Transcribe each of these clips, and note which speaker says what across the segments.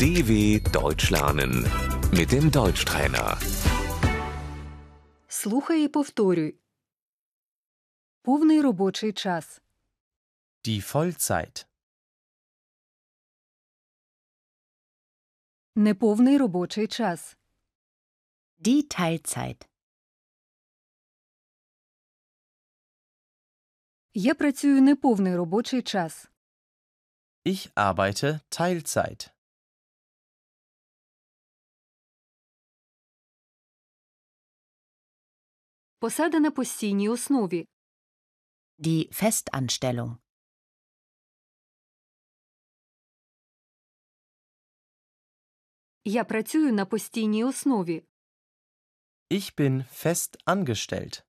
Speaker 1: DW Deutsch lernen mit dem Deutschtrainer.
Speaker 2: Слухай і повторюй. Повний робочий час.
Speaker 3: Die Vollzeit.
Speaker 2: Неповний робочий час.
Speaker 4: Die Teilzeit.
Speaker 2: Я працюю неповний робочий час.
Speaker 3: Ich arbeite Teilzeit.
Speaker 2: Посада на постійній основі.
Speaker 4: Die Festanstellung.
Speaker 2: Я працюю на постійній основі.
Speaker 3: Ich bin fest angestellt.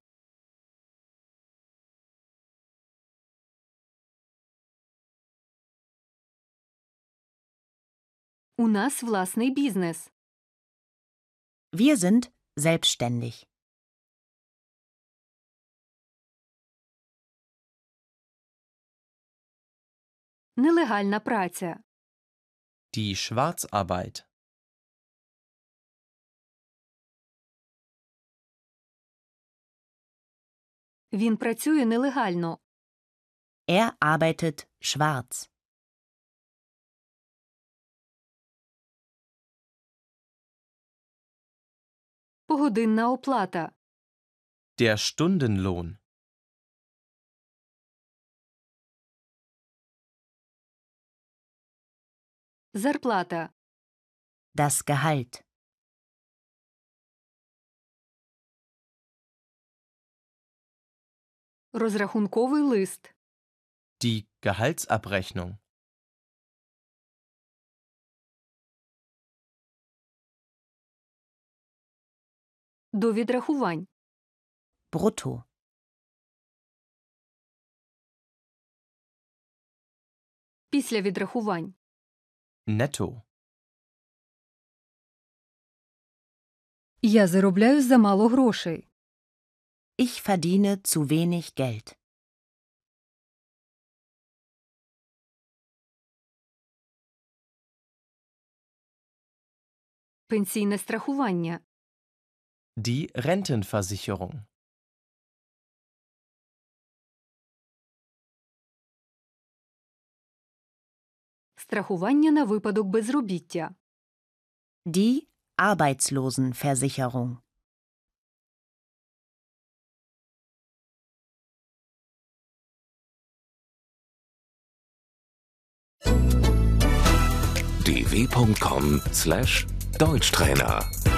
Speaker 2: У нас власний бізнес.
Speaker 4: Wir sind selbstständig.
Speaker 2: Нелегальна праця.
Speaker 3: Die Schwarzarbeit.
Speaker 2: Він працює нелегально.
Speaker 4: Er arbeitet schwarz.
Speaker 2: Погодинна оплата.
Speaker 3: Der Stundenlohn.
Speaker 2: Зарплата.
Speaker 4: Das Gehalt.
Speaker 2: Розрахунковий лист.
Speaker 3: Die Gehaltsabrechnung.
Speaker 2: До відрахувань.
Speaker 4: Brutto.
Speaker 2: Після відрахувань.
Speaker 3: Netto.
Speaker 2: Я заробляю замало грошей.
Speaker 4: Ich verdiene zu wenig Geld.
Speaker 2: Пенсійне страхування.
Speaker 3: Die Rentenversicherung.
Speaker 2: Страхування на випадок безробіття.
Speaker 4: Die Arbeitslosenversicherung.
Speaker 1: dw.com/deutschtrainer